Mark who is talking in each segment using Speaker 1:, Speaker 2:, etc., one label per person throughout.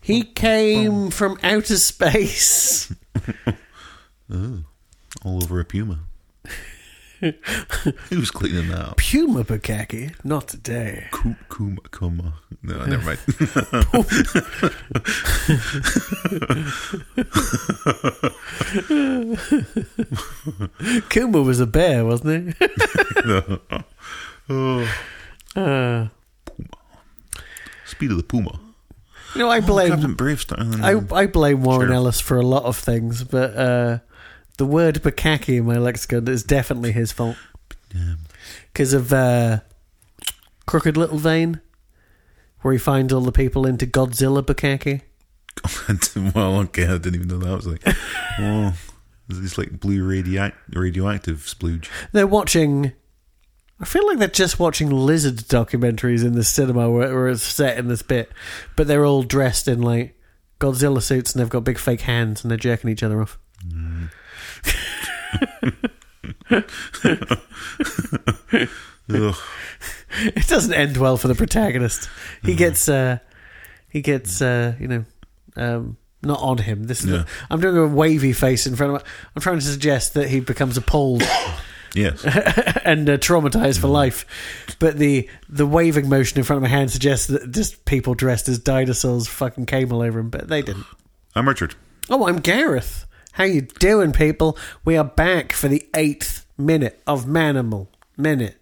Speaker 1: He came from outer space.
Speaker 2: all over a puma. Who's cleaning that up?
Speaker 1: Puma Bukaki, not today.
Speaker 2: Kuma, kuma, kuma. No, never mind.
Speaker 1: Kuma was a bear, wasn't he?
Speaker 2: Oh,
Speaker 1: Uh,
Speaker 2: speed of the puma.
Speaker 1: you know, I
Speaker 2: Oh, Captain
Speaker 1: blame
Speaker 2: Bravestar.
Speaker 1: I, I blame Warren
Speaker 2: Sure.
Speaker 1: Ellis for a lot of things, but uh, the word Bukaki in my lexicon is definitely his fault because of uh, Crooked Little Vein, where he finds all the people into Godzilla Bukaki.
Speaker 2: well, okay, I didn't even know that. I was like, oh, it's like blue radioac- radioactive splooge.
Speaker 1: They're watching. I feel like they're just watching lizard documentaries in the cinema where, where it's set in this bit, but they're all dressed in like Godzilla suits and they've got big fake hands and they're jerking each other off.
Speaker 2: Ugh.
Speaker 1: It doesn't end well for the protagonist. He gets, uh, he gets, uh, you know, um, not on him. This is.
Speaker 2: Yeah.
Speaker 1: i I'm doing a wavy face in front of. I'm trying to suggest that he becomes appalled
Speaker 2: Yes.
Speaker 1: and uh, traumatized for life. But the the waving motion in front of my hand suggests that just people dressed as dinosaurs fucking came all over him, but they didn't.
Speaker 2: I'm Richard.
Speaker 1: Oh, I'm Gareth. How you doing, people? We are back for the eighth minute of Manimal minute.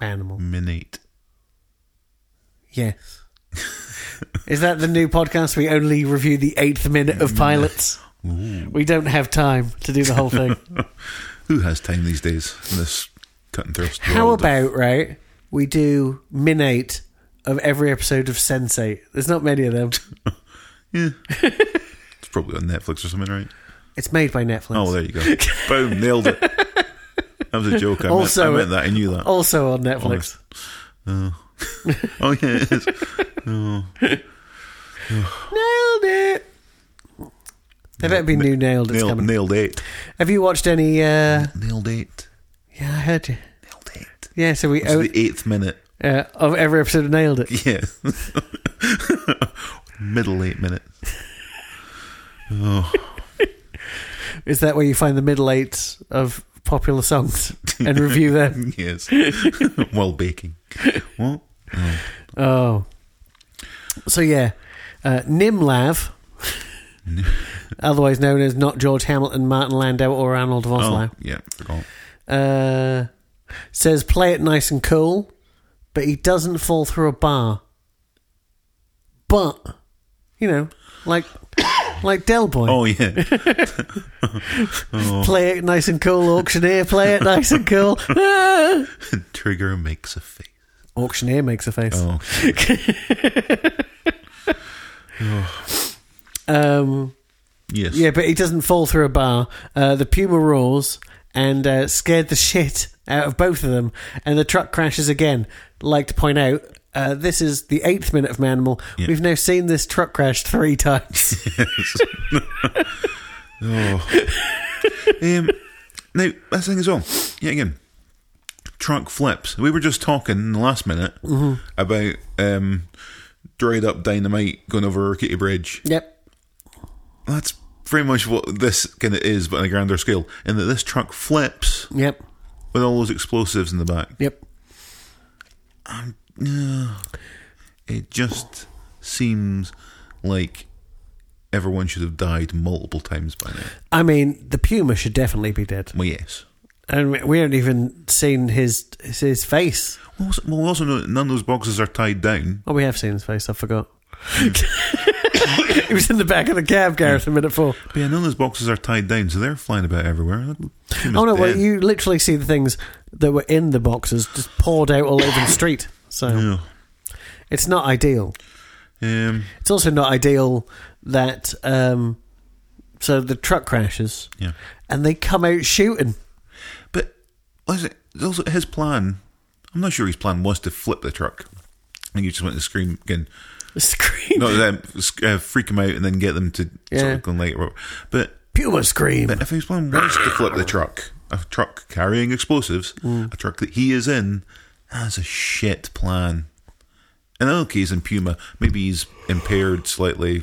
Speaker 1: Manimal,
Speaker 2: Minate.
Speaker 1: yes. Is that the new podcast? We only review the eighth minute of pilots. We don't have time to do the whole thing.
Speaker 2: Who has time these days in this cut and thrust?
Speaker 1: How
Speaker 2: world of-
Speaker 1: about right? We do minate of every episode of Sensei. There's not many of them.
Speaker 2: It's probably on Netflix or something, right?
Speaker 1: It's made by Netflix.
Speaker 2: Oh, there you go. Boom, nailed it. That was a joke. I,
Speaker 1: Also- oh.
Speaker 2: meant, I meant that. I knew that.
Speaker 1: also on Netflix.
Speaker 2: Oh, yeah, it is.
Speaker 1: Nailed it. There better be new nailed. It's
Speaker 2: Nailed,
Speaker 1: coming.
Speaker 2: nailed eight.
Speaker 1: Have you watched any? uh
Speaker 2: Nailed eight.
Speaker 1: Yeah, I heard you.
Speaker 2: Nailed eight.
Speaker 1: Yeah, so we
Speaker 2: It's
Speaker 1: owe,
Speaker 2: the eighth minute.
Speaker 1: uh, of every episode of nailed it.
Speaker 2: Yeah. Middle eight minute.
Speaker 1: Is that where you find the middle eight of popular songs and review them?
Speaker 2: Yes. While baking. What?
Speaker 1: Oh, so yeah, uh, Nimlav, otherwise known as not George Hamilton, Martin Landau, or Arnold Vosloo.
Speaker 2: Oh, yeah, forgot.
Speaker 1: uh, says play it nice and cool, but he doesn't fall through a bar. But you know, like like Del Boy,
Speaker 2: Oh, yeah.
Speaker 1: play it nice and cool. Auctioneer, play it nice and cool. Ah!
Speaker 2: Trigger makes a face.
Speaker 1: auctioneer makes a face.
Speaker 2: Oh,
Speaker 1: Um,
Speaker 2: yes.
Speaker 1: yeah, but he doesn't fall through a bar. Uh, the puma roars and uh, scared the shit out of both of them, and the truck crashes again. Like to point out. Uh, this is the eighth minute of Manimal.
Speaker 2: Yeah.
Speaker 1: We've now seen this truck crash three times.
Speaker 2: Oh. um, now, that's the thing as well. Yet again, trunk flips. We were just talking in the last minute about um, dried up dynamite going over Kitty Bridge.
Speaker 1: yep.
Speaker 2: That's pretty much what this kind of is, but on a grander scale. In that this truck flips
Speaker 1: Yep.
Speaker 2: with all those explosives in the back.
Speaker 1: Yep.
Speaker 2: It just seems like everyone should have died multiple times by now.
Speaker 1: I mean, the puma should definitely be dead,
Speaker 2: Well, yes.
Speaker 1: and we- we haven't even seen his his face.
Speaker 2: We also, well, we also know that none of those boxes are tied down.
Speaker 1: Oh, we have seen his face. I forgot. he was in the back of the cab, Gareth, in minute four.
Speaker 2: But yeah, none of those boxes are tied down, so they're flying about everywhere. That team is
Speaker 1: Oh no! Well,
Speaker 2: dead.
Speaker 1: you literally see the things that were in the boxes just poured out all over the street. So
Speaker 2: Yeah.
Speaker 1: it's not ideal.
Speaker 2: Um,
Speaker 1: It's also not ideal that um, so the truck crashes
Speaker 2: yeah.
Speaker 1: and they come out shooting.
Speaker 2: But what is it? It's also his plan. I'm not sure his plan was to flip the truck. I think he just went to scream again.
Speaker 1: Scream,
Speaker 2: No, them, sc- uh, freak him out and then get them to sort
Speaker 1: Yeah.
Speaker 2: of go late. Or whatever. But
Speaker 1: puma scream.
Speaker 2: if his plan was to flip the truck, a truck
Speaker 1: Mm.
Speaker 2: carrying explosives, a truck that he is in, that's a shit plan. In the other case, in Puma, maybe he's impaired slightly.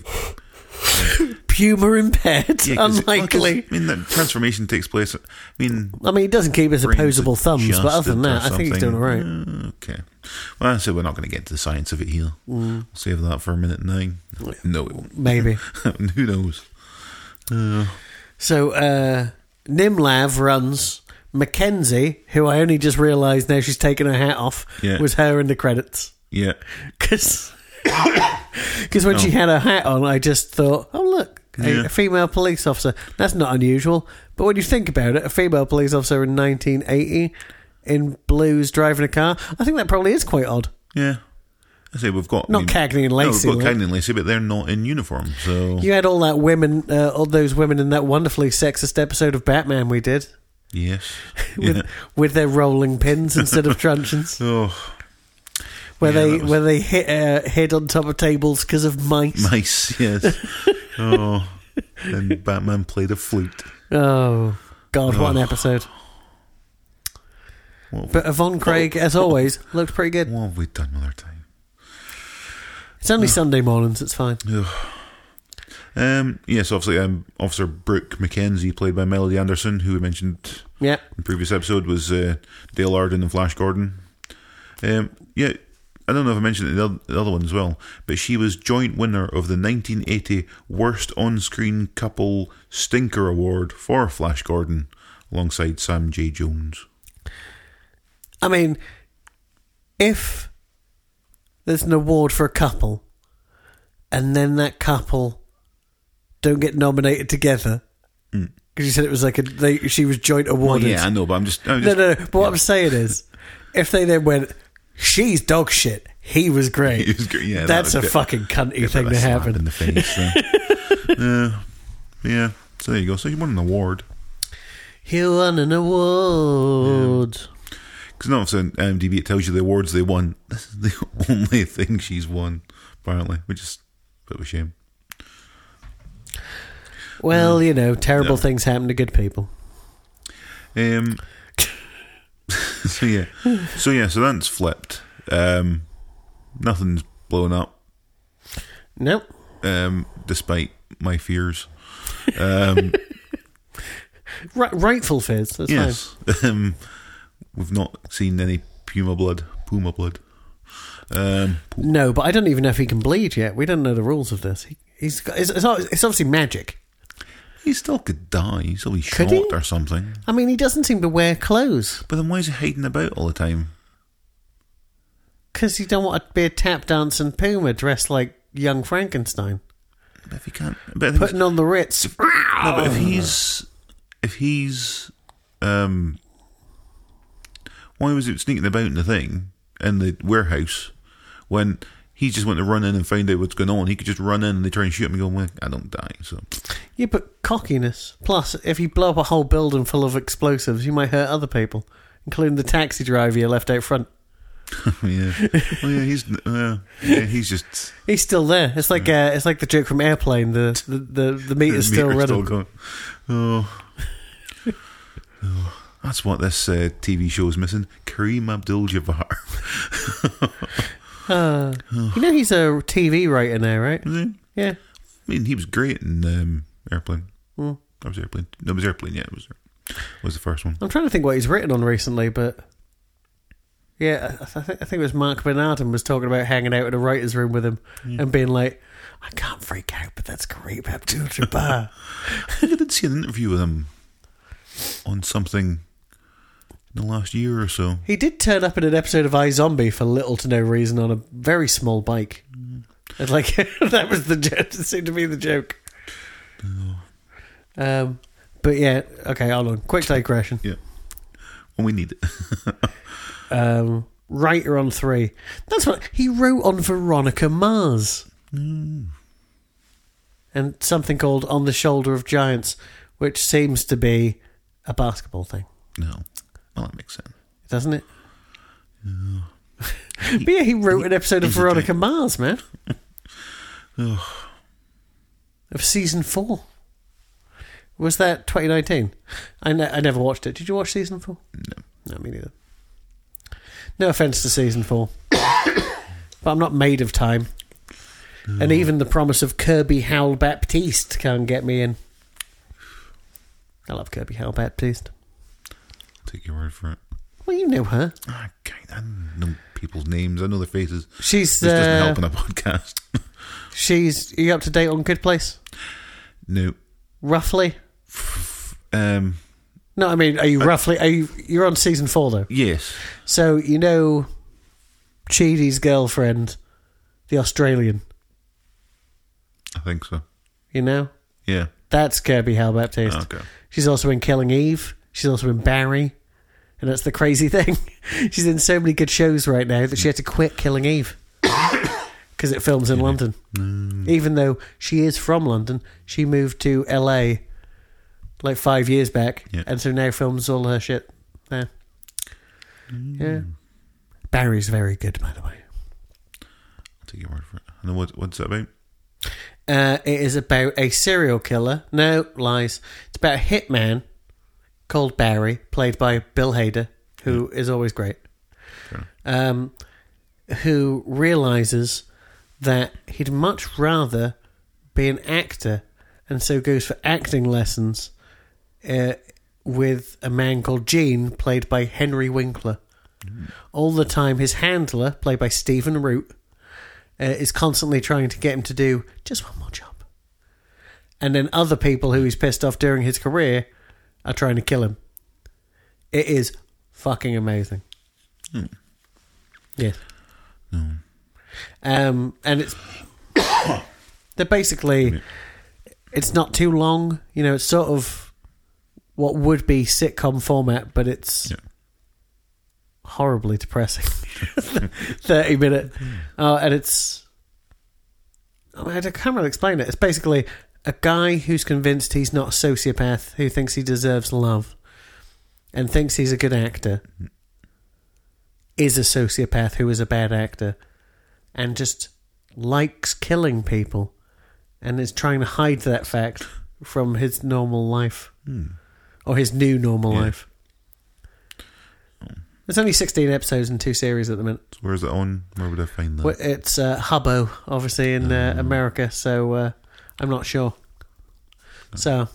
Speaker 1: Puma impaired.
Speaker 2: Yeah, 'cause- well, 'cause,
Speaker 1: Unlikely.
Speaker 2: I mean, that transformation takes place. I mean,
Speaker 1: I mean, he doesn't keep his opposable
Speaker 2: brain's
Speaker 1: thumbs, but other than
Speaker 2: adjusted or
Speaker 1: that, I think he's doing all right.
Speaker 2: something. Uh, Okay. Well, I said we're not going to get to the science of it here.
Speaker 1: Mm.
Speaker 2: We'll save that for a minute nine. No, we won't.
Speaker 1: Maybe.
Speaker 2: Who knows?
Speaker 1: So uh, Nimlav runs. Mackenzie, who I only just realised now she's taken her hat off,
Speaker 2: Yeah.
Speaker 1: was her in the credits.
Speaker 2: Yeah.
Speaker 1: Because when she had her hat on, I just thought, oh, look, a,
Speaker 2: Yeah.
Speaker 1: a female police officer. That's not unusual. But when you think about it, a female police officer in 1980 in blues driving a car, I think that probably is quite odd.
Speaker 2: Yeah. I say we've got.
Speaker 1: Not Cagney and Lacey,
Speaker 2: No, we've got
Speaker 1: like.
Speaker 2: Cagney and Lacey, but they're not in uniform. So.
Speaker 1: You had all that women, uh, all those women in that wonderfully sexist episode of Batman we did
Speaker 2: Yes.
Speaker 1: with,
Speaker 2: Yeah.
Speaker 1: with their rolling pins instead of truncheons,
Speaker 2: Oh,
Speaker 1: where
Speaker 2: Yeah,
Speaker 1: they
Speaker 2: that was-
Speaker 1: where they hit uh, hid on top of tables because of mice.
Speaker 2: mice, yes. oh. And Batman played a flute.
Speaker 1: Oh God, what an
Speaker 2: Ugh.
Speaker 1: episode!
Speaker 2: What,
Speaker 1: But Yvonne Craig, as always, looked pretty good.
Speaker 2: what have we done with our time?
Speaker 1: It's only Sunday mornings, it's fine.
Speaker 2: Um, yes, obviously, um, Officer Brooke McKenzie, played by Melody Anderson, who we mentioned
Speaker 1: Yeah.
Speaker 2: in the previous episode, was uh, Dale Arden and Flash Gordon. Um, yeah, I don't know if I mentioned it in the oth- the other one as well, but she was joint winner of the 1980 Worst On Screen Couple Stinker Award for Flash Gordon, alongside Sam J. Jones.
Speaker 1: I mean, if there's an award for a couple and then that couple don't get nominated together, because you said it was like a, they, she was joint awarded.
Speaker 2: Mm. Oh, yeah, I know, but I'm just. I'm
Speaker 1: no,
Speaker 2: just
Speaker 1: no, no. But what I'm saying is, if they then went, she's dog shit, he was great.
Speaker 2: He was great, yeah, that
Speaker 1: That's
Speaker 2: would
Speaker 1: a
Speaker 2: be-
Speaker 1: fucking cunty
Speaker 2: Yeah,
Speaker 1: thing
Speaker 2: but
Speaker 1: to
Speaker 2: a slap
Speaker 1: happen.
Speaker 2: in the face. so. Uh, yeah, so there you go. So you won an award.
Speaker 1: He won an award.
Speaker 2: Because now on IMDb it tells you the awards they won. This is the only thing she's won, apparently, which is a bit of a shame. Mm.
Speaker 1: Well, you know, terrible things happen to good people.
Speaker 2: Um, so yeah, so yeah, so that's flipped. Um, nothing's blown up,
Speaker 1: Nope.
Speaker 2: um, despite my fears. Um,
Speaker 1: Right, rightful fears. That's
Speaker 2: yes,
Speaker 1: Oh.
Speaker 2: um, we've not seen any puma blood. Puma blood. Um,
Speaker 1: fine. No, but I don't even know if he can bleed yet. We don't know the rules of this. He, he's got, it's, it's ob- it's obviously magic.
Speaker 2: he still could die. He still be
Speaker 1: Could
Speaker 2: shot
Speaker 1: he?
Speaker 2: or something.
Speaker 1: I mean, he doesn't seem to wear clothes
Speaker 2: But then why is he hiding about all the time?
Speaker 1: because you don't want to be a tap dancing puma dressed like young Frankenstein,
Speaker 2: If he can't, but I think
Speaker 1: putting on the Ritz.
Speaker 2: No,
Speaker 1: Oh,
Speaker 2: but if he's if he's um why was it sneaking about in the thing in the warehouse when he just went to run in and find out what's going on? He could just run in and they try and shoot him and go, well, I don't die. So
Speaker 1: Yeah, but cockiness. Plus, if you blow up a whole building full of explosives, you might hurt other people, including the taxi driver you left out front.
Speaker 2: yeah, well, yeah, he's uh, yeah, he's just
Speaker 1: He's still there. It's like uh, it's like the joke from Airplane. The the the, the meat is still
Speaker 2: meter's
Speaker 1: running.
Speaker 2: going. Oh. Oh. That's what this uh, TV show is missing. Kareem Abdul-Jabbar.
Speaker 1: Uh, you know he's a TV writer now, right?
Speaker 2: Is he?
Speaker 1: Yeah.
Speaker 2: I mean, he was great in um, Airplane. That was Airplane. No, it was Airplane. Yeah, it was. Was the first one.
Speaker 1: I'm trying to think what he's written on recently, but yeah, I, I, think, I think it was Mark Bernardin was talking about hanging out in a writer's room with him and being like, I can't freak out, but that's great Abdul Jabbar.
Speaker 2: I think I did see an interview with him on something in the last year or so.
Speaker 1: he did turn up in an episode of iZombie for little to no reason on a very small bike. And like, that was the joke, it seemed to be the joke. Um, but yeah, okay, hold on. Quick digression.
Speaker 2: Yeah, when we need it.
Speaker 1: um, writer on three. That's what he wrote on Veronica Mars and something called On the Shoulder of Giants, which seems to be a basketball thing,
Speaker 2: No, well that makes sense.
Speaker 1: doesn't it? but yeah, he wrote an episode of
Speaker 2: he's a
Speaker 1: Veronica
Speaker 2: giant.
Speaker 1: Mars, man. of season four. Was that 2019? I, ne- I never watched it. Did you watch season four? No. No, me neither. No offense to season four. but But I'm not made of time. And even the promise of Kirby Howell Baptiste can't get me in. I love Kirby Howell Baptiste.
Speaker 2: Take your word for it.
Speaker 1: Well, you know her.
Speaker 2: I, can't, Ah, I know people's names. I know their faces.
Speaker 1: She's
Speaker 2: This doesn't
Speaker 1: uh,
Speaker 2: help in a podcast.
Speaker 1: she's. Are you up to date on Good Place?
Speaker 2: no.
Speaker 1: Roughly.
Speaker 2: Um.
Speaker 1: No, I mean, are you roughly? Are you? You're on season four though,
Speaker 2: Yes.
Speaker 1: so you know, Chidi's girlfriend, the Australian.
Speaker 2: I think so.
Speaker 1: You know,
Speaker 2: Yeah.
Speaker 1: that's Kirby Hal Baptiste.
Speaker 2: Okay.
Speaker 1: She's also in Killing Eve. She's also in Barry, and that's the crazy thing. She's in so many good shows right now that she had to quit Killing Eve because it films in London.
Speaker 2: Mm.
Speaker 1: Even though she is from London, she moved to LA like five years back,
Speaker 2: Yeah.
Speaker 1: and so now films all her shit there.
Speaker 2: Mm.
Speaker 1: Yeah, Barry's very good, by the way.
Speaker 2: I'll take your word for it. And then what, what's that about?
Speaker 1: Uh, it is about a serial killer. No, lies. It's about a hitman called Barry, played by Bill Hader, who is always great, um, who realizes that he'd much rather be an actor and so goes for acting lessons uh, with a man called Gene, played by Henry Winkler. All the time, his handler, played by Stephen Root, uh, is constantly trying to get him to do just one more job. And then other people who he's pissed off during his career are trying to kill him. It is fucking amazing. Yes. Um, and it's they're basically it's not too long. You know, it's sort of what would be sitcom format, but it's
Speaker 2: Yeah.
Speaker 1: horribly depressing. Thirty minute, uh, and it's I, mean, I can't really explain it. It's basically a guy who's convinced he's not a sociopath, who thinks he deserves love, and thinks he's a good actor, is a sociopath who is a bad actor, and just likes killing people, and is trying to hide that fact from his normal life, or his new normal
Speaker 2: Yeah.
Speaker 1: life. There's only 16 episodes and two series at the minute.
Speaker 2: So where is it on? Where would I find that?
Speaker 1: Well, It's uh, Hubbo, obviously in uh,
Speaker 2: Mm.
Speaker 1: America, so uh, I'm not sure. So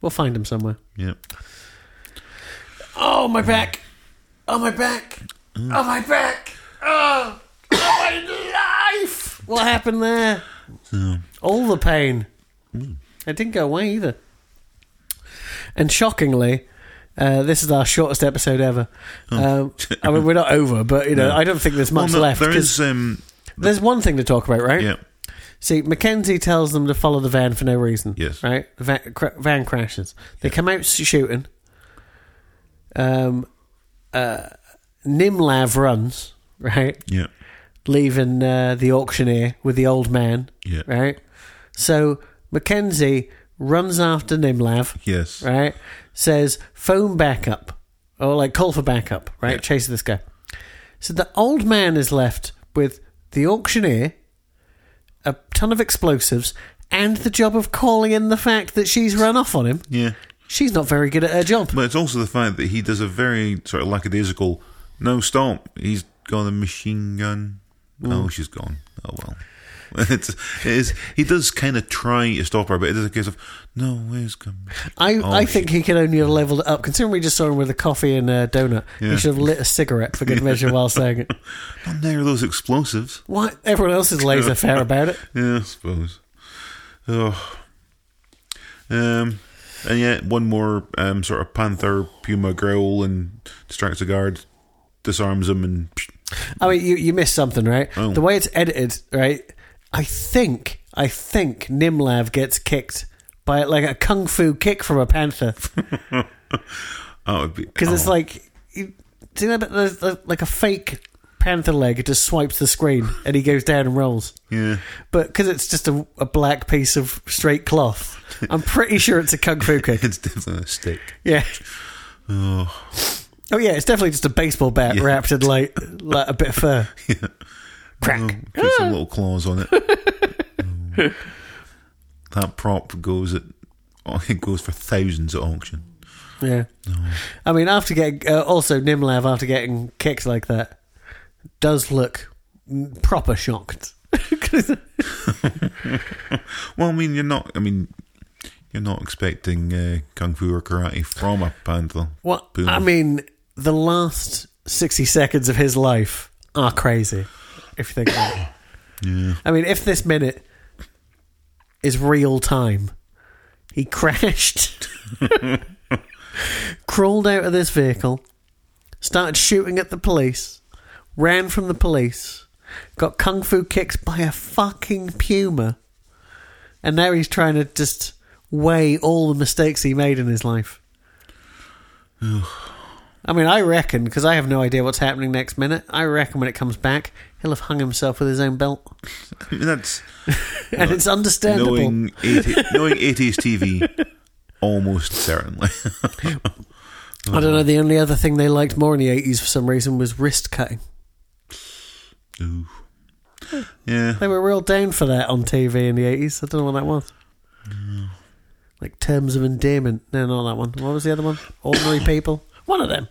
Speaker 1: we'll find him somewhere.
Speaker 2: Yeah.
Speaker 1: Oh my back! Oh my back!
Speaker 2: Mm.
Speaker 1: Oh my back! Oh, oh my life! What happened there?
Speaker 2: So,
Speaker 1: All the pain.
Speaker 2: Mm.
Speaker 1: It didn't go away either. And shockingly, uh, this is our shortest episode ever. Um, I mean, we're not over, but you know, I don't think there's much
Speaker 2: Oh. Well, Oh, no,
Speaker 1: left.
Speaker 2: There
Speaker 1: 'cause
Speaker 2: is. Um,
Speaker 1: there's one thing to talk about, right?
Speaker 2: yeah.
Speaker 1: See, Mackenzie tells them to follow the van for no reason.
Speaker 2: Yes.
Speaker 1: Right? The van, cr- van crashes. They come out s- shooting. Um, uh, Nimlav runs, right?
Speaker 2: Yeah.
Speaker 1: Leaving uh, the auctioneer with the old man,
Speaker 2: Yeah.
Speaker 1: right? So Mackenzie runs after Nimlav,
Speaker 2: Yes.
Speaker 1: right? Says, phone backup, or like call for backup, right?
Speaker 2: Yeah.
Speaker 1: Chase this guy. So the old man is left with the auctioneer, a ton of explosives, and the job of calling in the fact that she's run off on him.
Speaker 2: Yeah.
Speaker 1: She's not very good at her job.
Speaker 2: But it's also the fact that he does a very sort of lackadaisical. No, stop. He's got a machine gun. Oh, she's gone. Oh well. It's it is he does kind of try to stop her, but it is a case of no, where's gun?
Speaker 1: I,
Speaker 2: Oh,
Speaker 1: I think he could only have leveled it up. Considering we just saw him with a coffee and a donut,
Speaker 2: Yeah.
Speaker 1: he should have lit a cigarette for good measure while saying it.
Speaker 2: Not there are those explosives.
Speaker 1: Why everyone else is laser fair about it?
Speaker 2: Yeah, I suppose. Oh. Um, and yet one more um, sort of panther puma growl and distracts the guard, disarms him, and
Speaker 1: I mean, you, you missed something, right?
Speaker 2: Oh.
Speaker 1: The way it's edited, right? I think, I think Nimlav gets kicked by like a kung fu kick from a panther
Speaker 2: oh, it'd be
Speaker 1: because it's
Speaker 2: oh.
Speaker 1: like, you, do you know, that there's uh, like a fake panther leg it just swipes the screen and he goes down and rolls.
Speaker 2: yeah,
Speaker 1: But because it's just a, a black piece of straight cloth, I'm pretty sure it's a kung fu kick.
Speaker 2: it's definitely a stick.
Speaker 1: Yeah.
Speaker 2: Oh,
Speaker 1: Oh yeah, it's definitely just a baseball bat
Speaker 2: Yeah. Oh,
Speaker 1: wrapped in like like a bit of fur. Crack.
Speaker 2: put some little claws on it. Oh. That prop goes at oh, it goes for thousands at auction.
Speaker 1: Yeah. I mean, after getting uh, also Nimlav after getting kicked like that does look proper shocked. 'Cause-
Speaker 2: Well, I mean, you're not. I mean, you're not expecting uh, kung fu or karate from a panther.
Speaker 1: well,
Speaker 2: Boom.
Speaker 1: I mean, the last 60 seconds of his life are crazy, if you think about it.
Speaker 2: Yeah.
Speaker 1: I mean, if this minute is real time, he crashed, crawled out of this vehicle, started shooting at the police, ran from the police, got kung fu kicked by a fucking puma, and now he's trying to just weigh all the mistakes he made in his life. I mean, I reckon, because I have no idea what's happening next minute, I reckon when it comes back, he'll have hung himself with his own belt
Speaker 2: I mean, that's
Speaker 1: and it's understandable.
Speaker 2: knowing 80, knowing eighties TV. Almost certainly.
Speaker 1: I don't know. The only other thing they liked more in the eighties for some reason was wrist cutting.
Speaker 2: Ooh. Yeah.
Speaker 1: They were real down for that on TV in the eighties. I don't know what that was. Like terms of endearment. No, not that one. What was the other one? Ordinary people. One of them.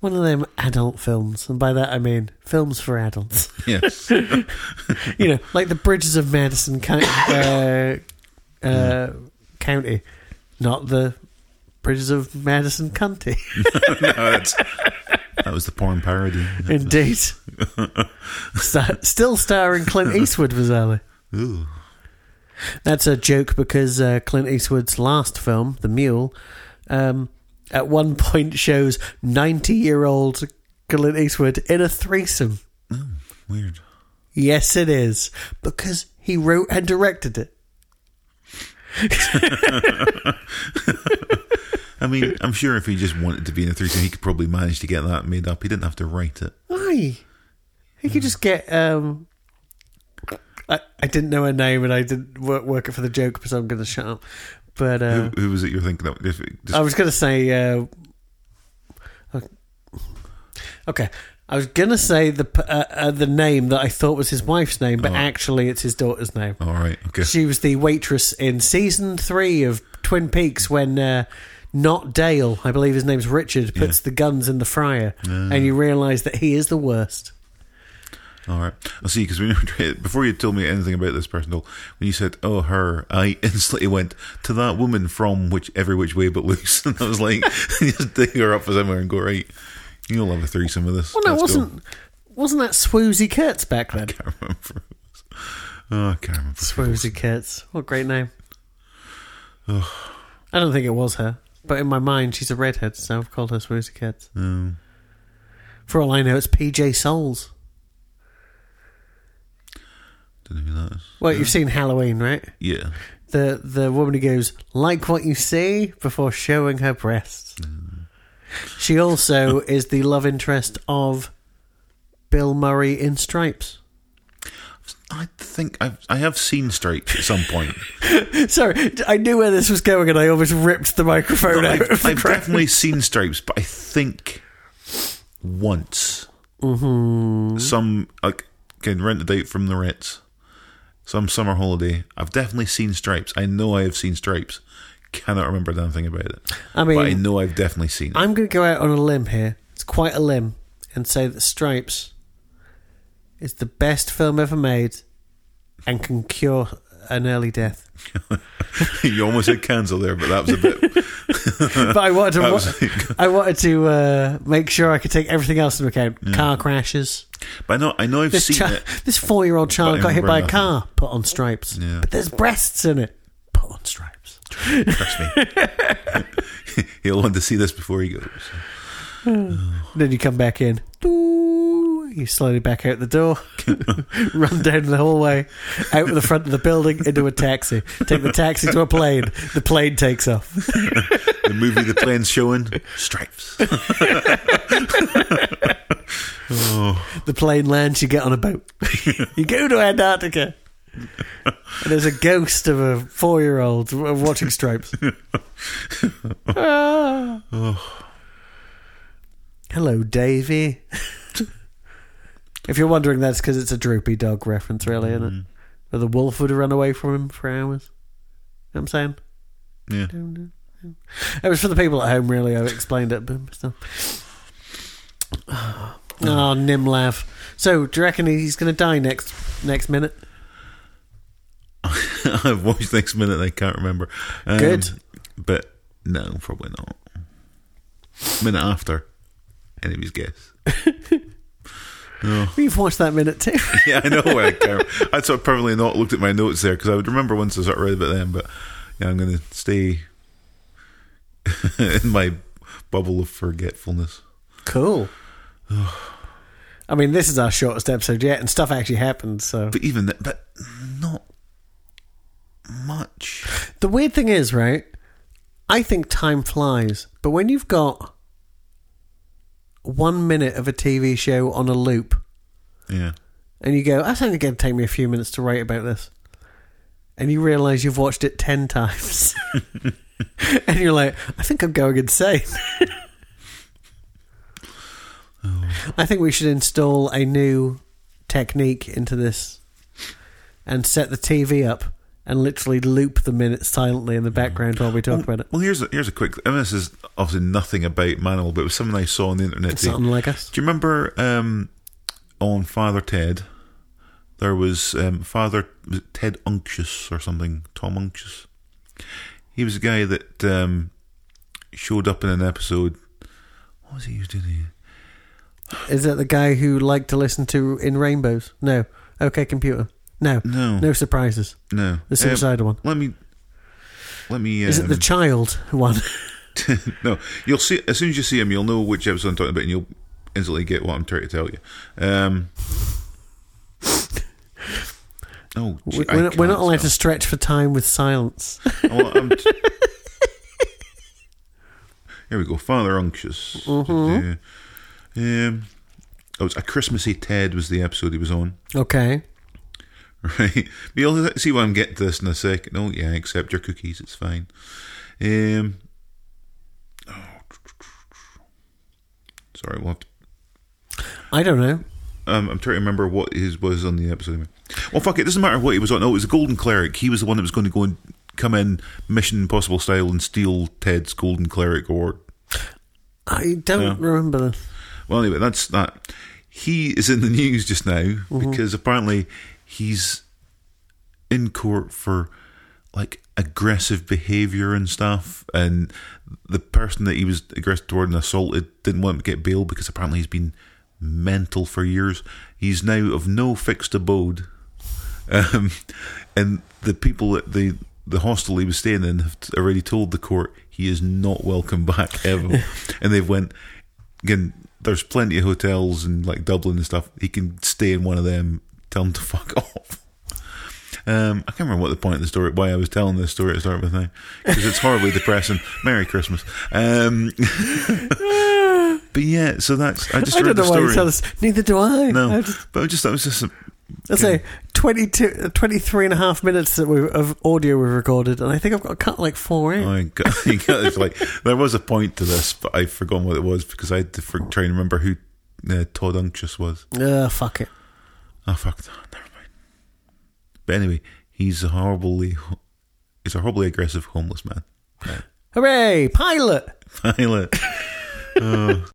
Speaker 1: One of them adult films, and by that I mean films for adults.
Speaker 2: Yes.
Speaker 1: you know, like the Bridges of Madison County, uh, uh, county not the Bridges of Madison County.
Speaker 2: no, that's, that was the porn parody.
Speaker 1: Indeed. Star- still starring Clint Eastwood, bizarrely.
Speaker 2: Ooh.
Speaker 1: That's a joke because uh, Clint Eastwood's last film, The Mule, um, at one point shows 90 year old Clint Eastwood in a threesome.
Speaker 2: Weird.
Speaker 1: Yes, it is. Because he wrote and directed it.
Speaker 2: I mean, I'm sure if he just wanted to be in a threesome, he could probably manage to get that made up. He didn't have to write it.
Speaker 1: Why? He
Speaker 2: Hmm.
Speaker 1: could just get. Um, I, I didn't know her name and I didn't work, work it for the joke, so I'm going to shut up. But uh,
Speaker 2: Who, who was it you're thinking of? If it just-
Speaker 1: I was gonna say. Uh, okay, I was gonna say the p- uh, uh, the name that I thought was his wife's name,
Speaker 2: Oh.
Speaker 1: but actually it's his daughter's name.
Speaker 2: All right. Okay.
Speaker 1: She was the waitress in season three of Twin Peaks when. Uh, not Dale, I believe his name's Richard, puts the guns in the fryer,
Speaker 2: Ah.
Speaker 1: and you realise that he is the worst.
Speaker 2: All right. I see. Because before you told me anything about this person, at all, when you said "oh her," I instantly went to that woman from which every which way but loose, and I was like, just dig her up for somewhere and go right. You'll have a threesome with this.
Speaker 1: Well, no,
Speaker 2: Let's go."
Speaker 1: wasn't wasn't that Swoozy Kurtz back then?
Speaker 2: I can't remember. Oh, I can't remember.
Speaker 1: Swoozy Kurtz, what a great name! I don't think it was her, but in my mind, she's a redhead, so I've called her Swoozy Kurtz.
Speaker 2: Um,
Speaker 1: For all I know, it's PJ Souls.
Speaker 2: don't know who that is.
Speaker 1: Well, you've seen Halloween, right?
Speaker 2: Yeah.
Speaker 1: The the woman who goes like what you see before showing her breasts. She also is the love interest of Bill Murray in Stripes.
Speaker 2: I think I've, I have seen Stripes at some point.
Speaker 1: Sorry, I knew where this was going, and I almost ripped the microphone out. of
Speaker 2: I've,
Speaker 1: the
Speaker 2: I've
Speaker 1: crowd.
Speaker 2: definitely seen Stripes, but I think once
Speaker 1: Mm-hmm.
Speaker 2: some like can rent a date from the Ritz, some summer holiday. I've definitely seen Stripes. I know I have seen Stripes. Cannot remember a damn thing about it.
Speaker 1: I mean-
Speaker 2: but I know I've definitely seen it.
Speaker 1: I'm going to go out on a limb here. It's quite a limb, and say that Stripes is the best film ever made, and can cure an early death.
Speaker 2: you almost said cancel there, but that was a bit.
Speaker 1: but I wanted to,
Speaker 2: was-
Speaker 1: I wanted to uh, make sure I could take everything else into account. Car crashes.
Speaker 2: But I know, I know I've
Speaker 1: This
Speaker 2: seen
Speaker 1: chi-
Speaker 2: it.
Speaker 1: this four year old
Speaker 2: But
Speaker 1: child
Speaker 2: I
Speaker 1: got hit by a
Speaker 2: remember
Speaker 1: car. Put on stripes.
Speaker 2: Yeah.
Speaker 1: But there's breasts in it. Put on stripes.
Speaker 2: Trust me. He'll want to see this before he goes.
Speaker 1: Then you come back in. Doo. You slowly back out the door, run down the hallway, out the front of the building into a taxi. Take the taxi to a plane. The plane takes off.
Speaker 2: The movie the plane's showing Stripes.
Speaker 1: The plane lands. You get on a boat. you go to Antarctica. And there's a ghost of a four-year-old w- watching Stripes. Ah. Hello, Davy. if you're wondering, that's because it's a droopy dog reference, really, isn't it? Where the wolf would have run away from him for hours. You know what I'm saying?
Speaker 2: Yeah.
Speaker 1: It was for the people at home, really. I explained it, but still. Oh, Nimlav. Ah, So, do you reckon he's going to die next next minute?
Speaker 2: I've watched next minute. I can't remember. Um,
Speaker 1: Good.
Speaker 2: but no, probably not. Minute after, anybody's guess. Oh,
Speaker 1: You've watched that minute too.
Speaker 2: Yeah, I know. I can't. I'd sort of probably not looked at my notes there because I would remember once I sort of read about them. But yeah, I'm going to stay in my bubble of forgetfulness.
Speaker 1: cool. I mean, this is our shortest episode yet, and stuff actually happened. So,
Speaker 2: But even that, but not much.
Speaker 1: The weird thing is, right? I think time flies, but when you've got one minute of a TV show on a loop,
Speaker 2: Yeah.
Speaker 1: and you go, "That's only going to take me a few minutes to write about this," and you realise you've watched it ten times, and you're like, "I think I'm going insane."
Speaker 2: Oh.
Speaker 1: I think we should install a new technique into this, and set the TV up. And literally loop the minutes silently in the background while we talk about it.
Speaker 2: Well, here's a, here's a quick. I mean, this is obviously nothing about Manuel, but it was something I saw on the internet. today.
Speaker 1: Something like us.
Speaker 2: Do you remember um, on Father Ted? There was um, Father was it Ted Unctious or something, Tom Unctious. He was a guy that um, showed up in an episode. What was he doing? Here?
Speaker 1: Is that the guy who liked to listen to In Rainbows? No. OK Computer. No.
Speaker 2: No.
Speaker 1: No surprises.
Speaker 2: No, Um,
Speaker 1: The suicidal one.
Speaker 2: Let me. Let me. Um,
Speaker 1: Is it the child one?
Speaker 2: no, you'll see as soon as you see him, you'll know which episode I'm talking about, and you'll instantly get what I'm trying to tell you. Um, oh, gee,
Speaker 1: We-
Speaker 2: I
Speaker 1: we're, not, we're
Speaker 2: can't
Speaker 1: not allowed
Speaker 2: tell.
Speaker 1: to stretch for time with silence.
Speaker 2: Well, I'm t- Here we go, Father Unctious.
Speaker 1: Mm-hmm.
Speaker 2: Yeah. Um, oh, it's a Christmassy Ted was the episode he was on,
Speaker 1: okay.
Speaker 2: right? But you'll see why I'm getting to this in a second. Oh yeah, accept your cookies, it's fine. Um, oh, sorry, we'll have to
Speaker 1: I don't know.
Speaker 2: Um, I'm trying to remember what his was on the episode. Well, fuck it. Doesn't matter what he was on. No, it was the Golden Cleric. He was the one that was going to go and come in Mission Impossible style and steal Ted's Golden Cleric award.
Speaker 1: I don't remember. this.
Speaker 2: Well, anyway, that's that. He is in the news just now because apparently he's in court for like aggressive behaviour and stuff, and the person that he was aggressive toward and assaulted didn't want him to get bail because apparently he's been mental for years. He's now of no fixed abode, um, and the people at the the hostel he was staying in have already told the court he is not welcome back ever, and they've went again, there's plenty of hotels in like Dublin and stuff. He can stay in one of them. Tell him to fuck off. Um, I can't remember what the point of the story, why I was telling this story to start with now, because it's horribly depressing. Merry Christmas. Um, but yeah, so that's I just
Speaker 1: I don't
Speaker 2: read
Speaker 1: know
Speaker 2: the
Speaker 1: why
Speaker 2: story.
Speaker 1: you tell us. Neither do I.
Speaker 2: no,
Speaker 1: I just,
Speaker 2: but I just that was just a,
Speaker 1: I say 22, 23 and a half minutes that we, of audio we've recorded, and I think I've got cut like four in.
Speaker 2: I got, I Oh, got- it's like there was a point to this, but I've forgotten what it was because I had to for, try and remember who uh, Todd Unctious was.
Speaker 1: Ah, fuck it.
Speaker 2: Oh fuck! that, Never mind. But anyway, he's a horribly, he's a horribly aggressive homeless man.
Speaker 1: Hooray! Pilot!
Speaker 2: Pilot.